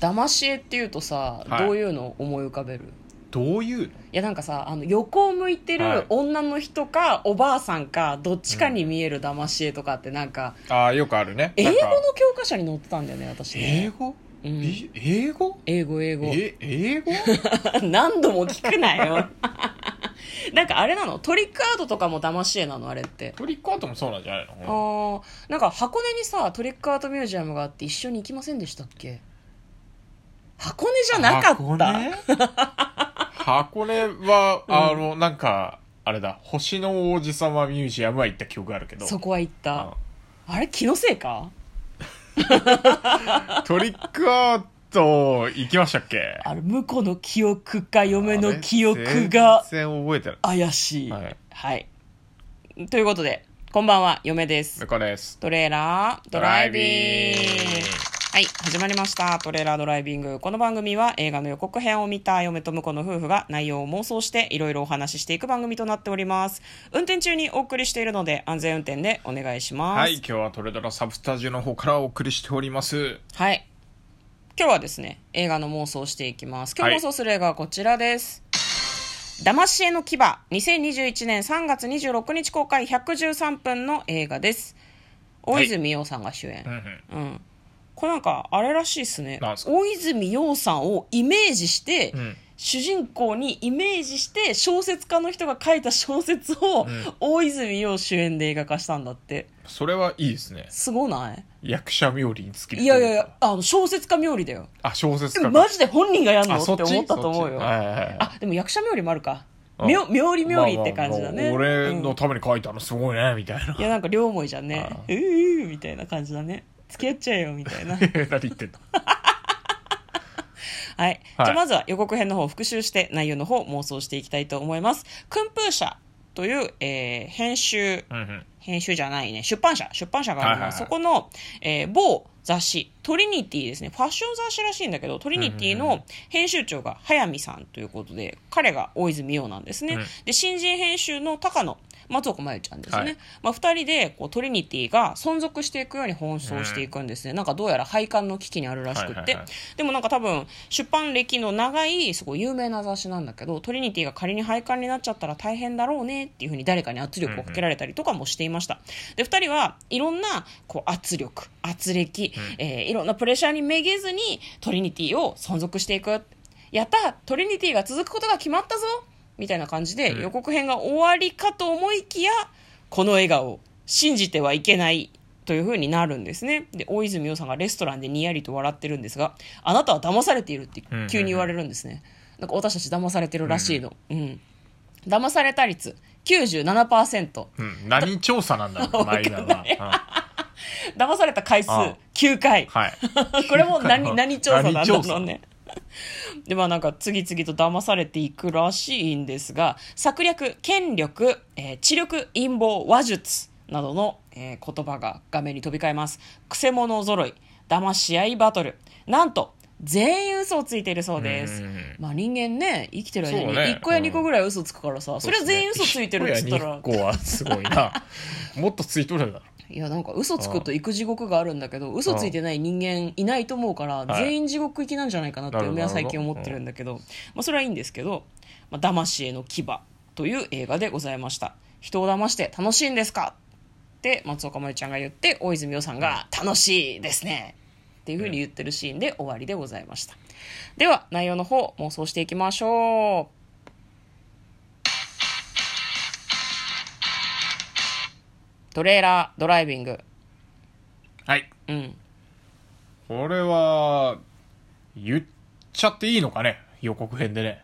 騙し絵っていうとさ、はいどういうのを思い浮かべるどういうのいやなんかさあの横を向いてはるい女の人かおばあさんかどっちかに見える騙し絵とかってなんかああよくあるね英語のなんか教科書に載ってたんだよね私英ね語、うんび英語英語英語え英 語 何度も聞くなよ なんかあれなのトリックアートとかも騙し絵なのあれってトリックアートもそうなんじゃないあのーなんか箱根にさトリックアートミュージアムがあって一緒に行きませんでしたっけ箱根じゃなか箱った根 箱根は、あのなんかあれだ星の王子様ミュージアムは行った記憶があるけどそこは行ったああれ気のせいかトリックアート行きましたっけあれ婿の記憶か嫁の記あ憶れが全然覚えてない怪しいはいはい、ということでこんばんは嫁です向こうですトレーラードドラライイビビングングはい始まりましたトレーラードライビングこの番組は映画の予告編を見た嫁と婿の夫婦が内容を妄想していろいろお話ししていく番組となっております運転中にお送りしているので安全運転でお願いしますはい、今日はトレドラサブスタジオの方からお送りしております。はい今日はですね映画の妄想をしていきます今は日い妄想する映画はこちらです「だまし絵の牙」2021年3月26日公開113分の映画です大い泉洋さんが主演、うんうんうんこれなんかあれらしいですねなんすか大泉洋さんをイメージして、うん主人公にイメージして小説家の人が書いた小説を、ん大泉洋主演で映画化したんだってそれはいいですね。すごない役者冥利につきるいやいやいやあの小説家冥利だよあ、小説で家もか。マジで本人がやんのあ、っそっちて思ったと思うよ、そっちはいはいはいあでも役者冥利もあるかうん妙妙利妙利って感じだね、まあまあまあ俺うのんために書いたのすごいね、み たいな。いやなんか両思いじゃんねあうーみたいな感じだね付き合っちゃえよみたい なはい、何言ってんのじゃあまずは予告編の方を復習して内容の方を妄想していきたいと思います訓風社という、えー編集うんうん。編集じゃないね出版社出版社があるの、はいはいはいそこの、えー某雑誌トリニティですねファッション雑誌らしいんだけどトリニティうんうんうの編集長が速水さんということで彼が大泉洋なんですね、うんで新人編集の高野松岡真由ちゃんですね、はいまあ、2人でこうトリニティが存続していくように奔走していくんですね、なんかどうやら廃刊の危機にあるらしくって、はいはいはいでもなんか多分出版歴の長いすごい有名な雑誌なんだけどトリニティが仮に廃刊になっちゃったら大変だろうねっていうふうに誰かに圧力をかけられたりとかもしていました、で2人はいろんなこう圧力圧力、えーいろんなプレッシャーにめげずにトリニティを存続していくやったトリニティが続くことが決まったぞみたいな感じで予告編が終わりかと思いきや、この笑顔信じてはいけないという風になるんですねで大泉洋さんがレストランでにやりと笑ってるんですがあなたは騙されているってうんうんうん急に言われるんですね、なんか私たち騙されてるらしいのうん、騙された率97%うん。何調査な んだろう、前田は。うん騙された回数ああ9回はい。これも何何調査なんだ何ろ調う査ね。でまあなんか次々と騙されていくらしいんですが策略権力、えー知力陰謀話術などの、えー言葉が画面に飛び交いますくせ者揃い騙し合いバトルなんと全員嘘をついているそうですうんうんうんまあ人間ね生きてる間にそうね1個や2個ぐらい嘘つくからさ、それは全員嘘ついてるっつったら一個や二個はすごい な。もっとついとるだろ。いやなんか嘘つくと行く地獄があるんだけど嘘ついてない人間いないと思うからはい全員地獄行きなんじゃないかなってなるほど嫁は最近思ってるんだけど、まあ、それはいいんですけど「まあ、騙しへの牙」という映画でございました人を騙して楽しいんですかって松岡茉優ちゃんが言って大泉洋さんが「楽しいですね」っていうふうに言ってるシーンで終わりでございましたでは内容の方妄想していきましょうトレーラードライビングはい。うんこれは、言っちゃっていいのかね予告編でね。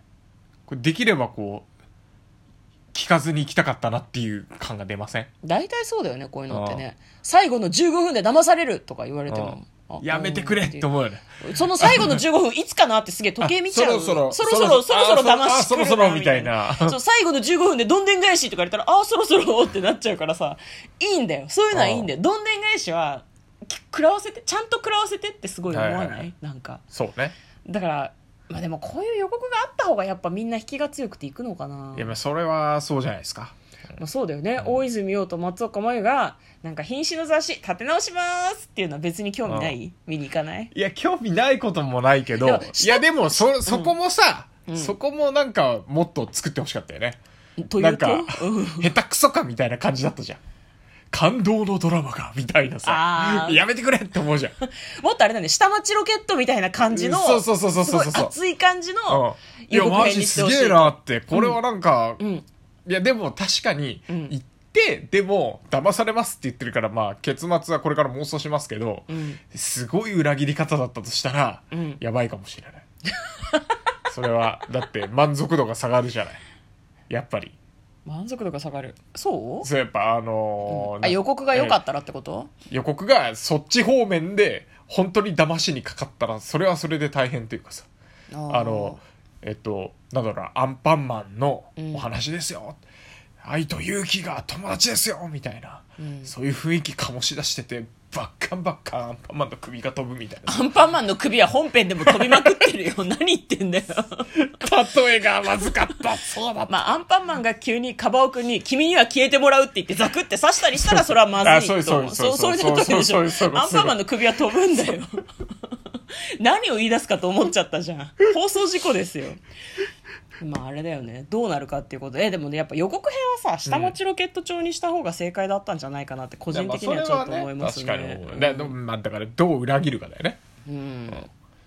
これできればこう、聞かずに行きたかったなっていう感が出ません大体そうだよねこういうのってね最後の15分で騙されるとか言われてもあやめてくれって思うよね。その最後の15分いつかなってすげえ時計見ちゃうあそろそそろろそろそろそろ騙あしてくるなそろそろみたいなそう最後の15分でどんでん返しとか言われたらああそろそろってなっちゃうからさいいんだよそういうのはいいんだよどんでん返しはき食らわせてちゃんと食らわせてってすごい思わない、はいはいはいなんかそうね。だからまあでもこういう予告があった方がやっぱみんな引きが強くていくのかないや、まあそれはそうじゃないですか。まあ、そうだよね、大泉洋と松岡茉優がなんか瀕死の雑誌立て直しますっていうのは別に興味ない、見に行かないいや、興味ないこともないけど、でもいや、でも、そ、そこもさ、うんそこもなんか、もっと作ってほしかったよね。といなんうとか、うん 下手くそかみたいな感じだったじゃん。感動のドラマが、みたいなさあ、ーやめてくれって思うじゃん。もっとあれだね下町ロケットみたいな感じのそうそうそうそうそうそうすごい熱い感じのうんい予や、告マ編ジにしてすほしいげえなって、これはなんか、うんいや、でも確かに、うん行って、でも、騙されますって言ってるから、まあ、結末はこれから妄想しますけど、うんすごい裏切り方だったとしたら、うんやばいかもしれない。 それは、だって満足度が下がるじゃない。やっぱり。満足度が下がるそうそうやっぱあのーあ予告が良かたったらってこと、予告がそっち方面で本当に騙しにかかったらそれはそれで大変というかさーあのえっとなんだろうなアンパンマンのうんお話ですよ、愛と勇気が友達ですよみたいな、うんそういう雰囲気醸し出しててバッカンバッカンアンパンマンの首が飛ぶみたいなアンパンマンの首は本編でも飛びまくってるよ 何言ってんだよ例えがまずかったそうだったまあアンパンマンが急にカバオ君に「君には消えてもらう」って言ってザクって刺したりしたらそれはまずいと思うあそそうそうそうういうそうことでしょそうそうそうそうアンパンマンの首は飛ぶんだよ何を言い出すかと思っちゃったじゃん放送事故ですよまああれだよねどうなるかっていうことえでもねやっぱ予告編はさ下町ロケット調にした方が正解だったんじゃないかなって個人的にはちょっと思いますねやあそれはね確かに、ねでもまあだからどう裏切るかだよね、うん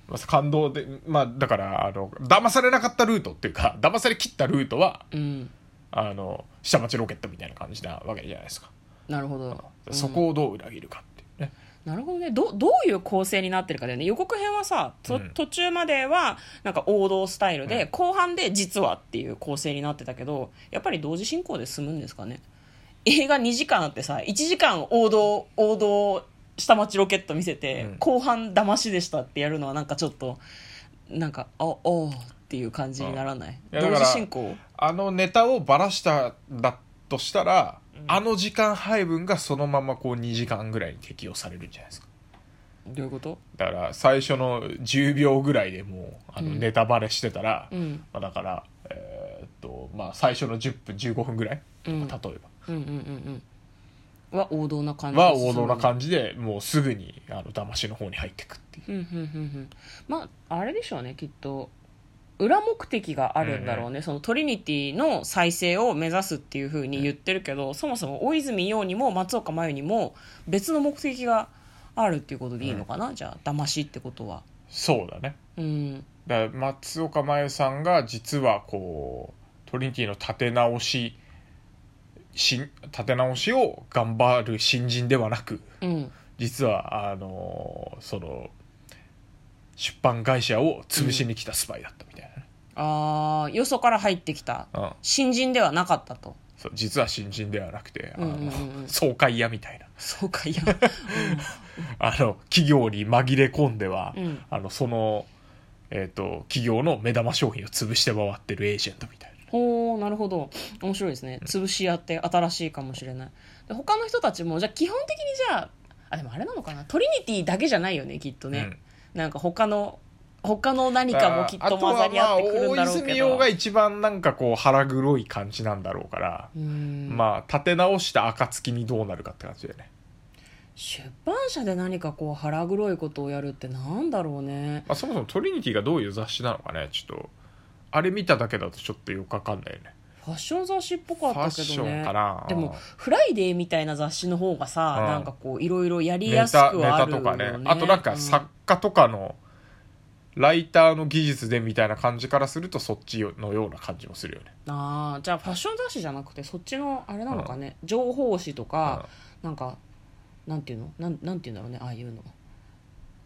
まあ、感動でまあだからあの騙されなかったルートっていうか騙されきったルートはうんあの下町ロケットみたいな感じなわけじゃないですか、なるほどそこをどう裏切るかっていうねなるほどねどどういう構成になってるかだよね予告編はさ、とうん途中まではなんか王道スタイルで、後半で実はっていう構成になってたけどやっぱり同時進行で進むんですかね映画2時間あってさ1時間王道王道下町ロケット見せて、うん後半騙しでしたってやるのはなんかちょっとなんかあおーっていう感じにならないうんいや同だ時から進行あのネタをばらしたんだとしたら、あの時間配分がそのままこう2時間ぐらいに適用されるんじゃないですかどういうことだから最初の10秒ぐらいでもうあのうんネタバレしてたら、うんまあ、だから、えーっとまあ、最初の10分15分ぐらい、うん例えばうんうんうんうんは王道な感じでは進む王道な感じでもうすぐにあの騙しの方に入ってくっていううんうんうんうんまああれでしょうねきっと裏目的があるんだろうね、そのトリニティの再生を目指すっていうふうに言ってるけど、そもそも大泉洋にも松岡茉優にも別の目的があるっていうことでいいのかな、じゃあ騙しってことはそうだねうんだから松岡茉優さんが実はこうトリニティの立て直しし立て直しを頑張る新人ではなくうん実はあのその出版会社を潰しに来たスパイだったみたいああよそから入ってきたな、うん新人ではなかったとそう実は新人ではなくてあの、うんうんうん爽快屋みたいなそうか いや、あの企業に紛れ込んでは、うんあのその、えー、と企業の目玉商品を潰して回ってるエージェントみたいなほうなるほど面白いですね潰し合って新しいかもしれないで他の人たちもじゃあ基本的にじゃああでもあれなのかなトリニティだけじゃないよねきっとね、なんか他の他の何かもきっと混ざり合ってくるんだろあとはまあ大うけ泉ど、洋が一番なんかこう腹黒い感じなんだろうから、うんまあ立て直した暁にどうなるかって感じだよね、出版社で何かこう腹黒いことをやるってなんだろうねまあ、そもそもトリニティがどういう雑誌なのかねちょっとあれ見ただけだとちょっとよくわかんないよねファッション雑誌っぽかフっァッたけシどョねンかなでも「フライデー」みたいな雑誌の方がさ、うんなんかこういろいろやりやネすくはタあるネよ、ね、タとかねあとなんか作家とかのライターの技術でみたいな感じからするとそっちのような感じもするよねああじゃあファッション雑誌じゃなくてそっちのあれなのかね、情報誌とか、なんかなんていうのなんなんていうんだろうねああいうの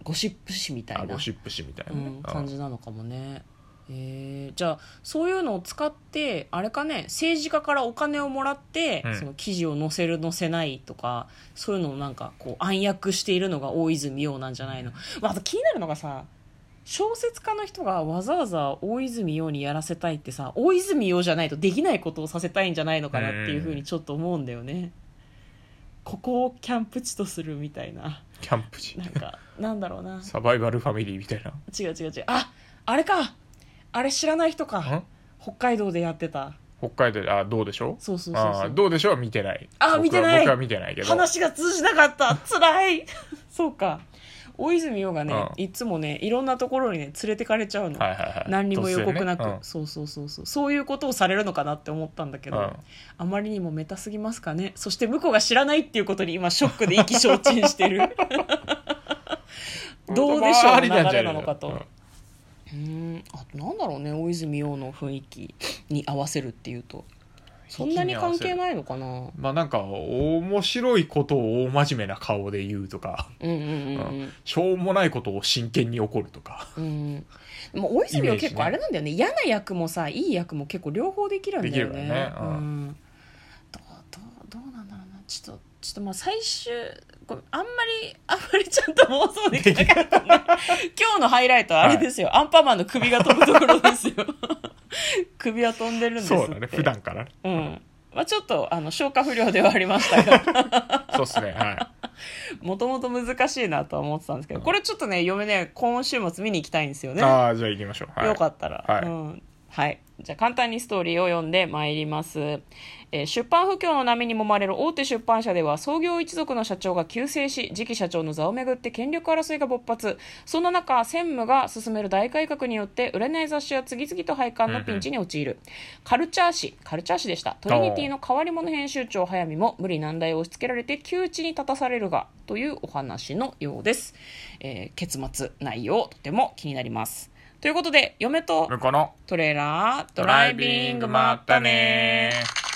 ゴシップ誌みたいあなゴシップ誌みたいなうね、ん、うん感じなのかもねえー、じゃあそういうのを使ってあれかね政治家からお金をもらって、うんその記事を載せる載せないとかそういうのをなんかこう暗躍しているのが大泉洋なんじゃないの、まあ、あと気になるのがさ小説家の人がわざわざ大泉洋にやらせたいってさ大泉洋じゃないとできないことをさせたいんじゃないのかなっていうふうにちょっと思うんだよね。ここをキャンプ地とするみたいなキャンプ誌なんかなんだろうなサバイバルファミリーみたいな違う違う違うああれかあれ知らない人かん北海道でやってた北海道で、あ、どうでしょうそうそうそうそうあどうでしょうは見てない。あ僕は見てない僕は見てないけど。話が通じなかった辛い そうか大泉洋がね、うんいつもねいろんなところにね連れてかれちゃうの、はいはいはい。何にも予告なく、突然ねそうそうそうそうそういうことをされるのかなって思ったんだけど、うんあまりにもメタすぎますかねそして向こうが知らないっていうことに今ショックで意気消沈して る うんどうでしょうのあ流りなんじゃれなないのかと、うんうんあとなんだろうね大泉洋の雰囲気に合わせるっていうとそんなに関係ないのかなまあなんか、面白いことを大真面目な顔で言うとか、うんうんうんうんしょうもないことを真剣に怒るとか、うん、でも大泉イはメージね結構あれなんだよね嫌な役もさいい役も結構両方できるんだよねできるからねううんんどうどうどうなんだろうなちょっとちょっとまあ最終ごめんあんまりあんまりちゃんと妄想できなかったね今日のハイライトはあれですよ、アンパンマンの首が飛ぶところですよ首は飛んでるんですってそうだね、普段からね。うんまあ、ちょっとあの消化不良ではありました がそうっすね、はもともと難しいなとは思ってたんですけどこれちょっとね嫁ね今週末見に行きたいんですよい。ねああ、じゃあ行きましょう。はいよかったら、はいうんはい、じゃあ簡単にストーリーを読んでまいります、えー出版不況の波に揉まれる大手出版社では創業一族の社長が急逝し次期社長の座をめぐって権力争いが勃発そんな中専務が進める大改革によって売れない雑誌は次々と廃刊のピンチに陥る、カルチャー誌カルチャー誌でしたトリニティの変わり者編集長早見も無理難題を押し付けられて窮地に立たされるがというお話のようです、えー結末内容とても気になりますということで嫁と向こうのトレーラードライビングまったねー。ー。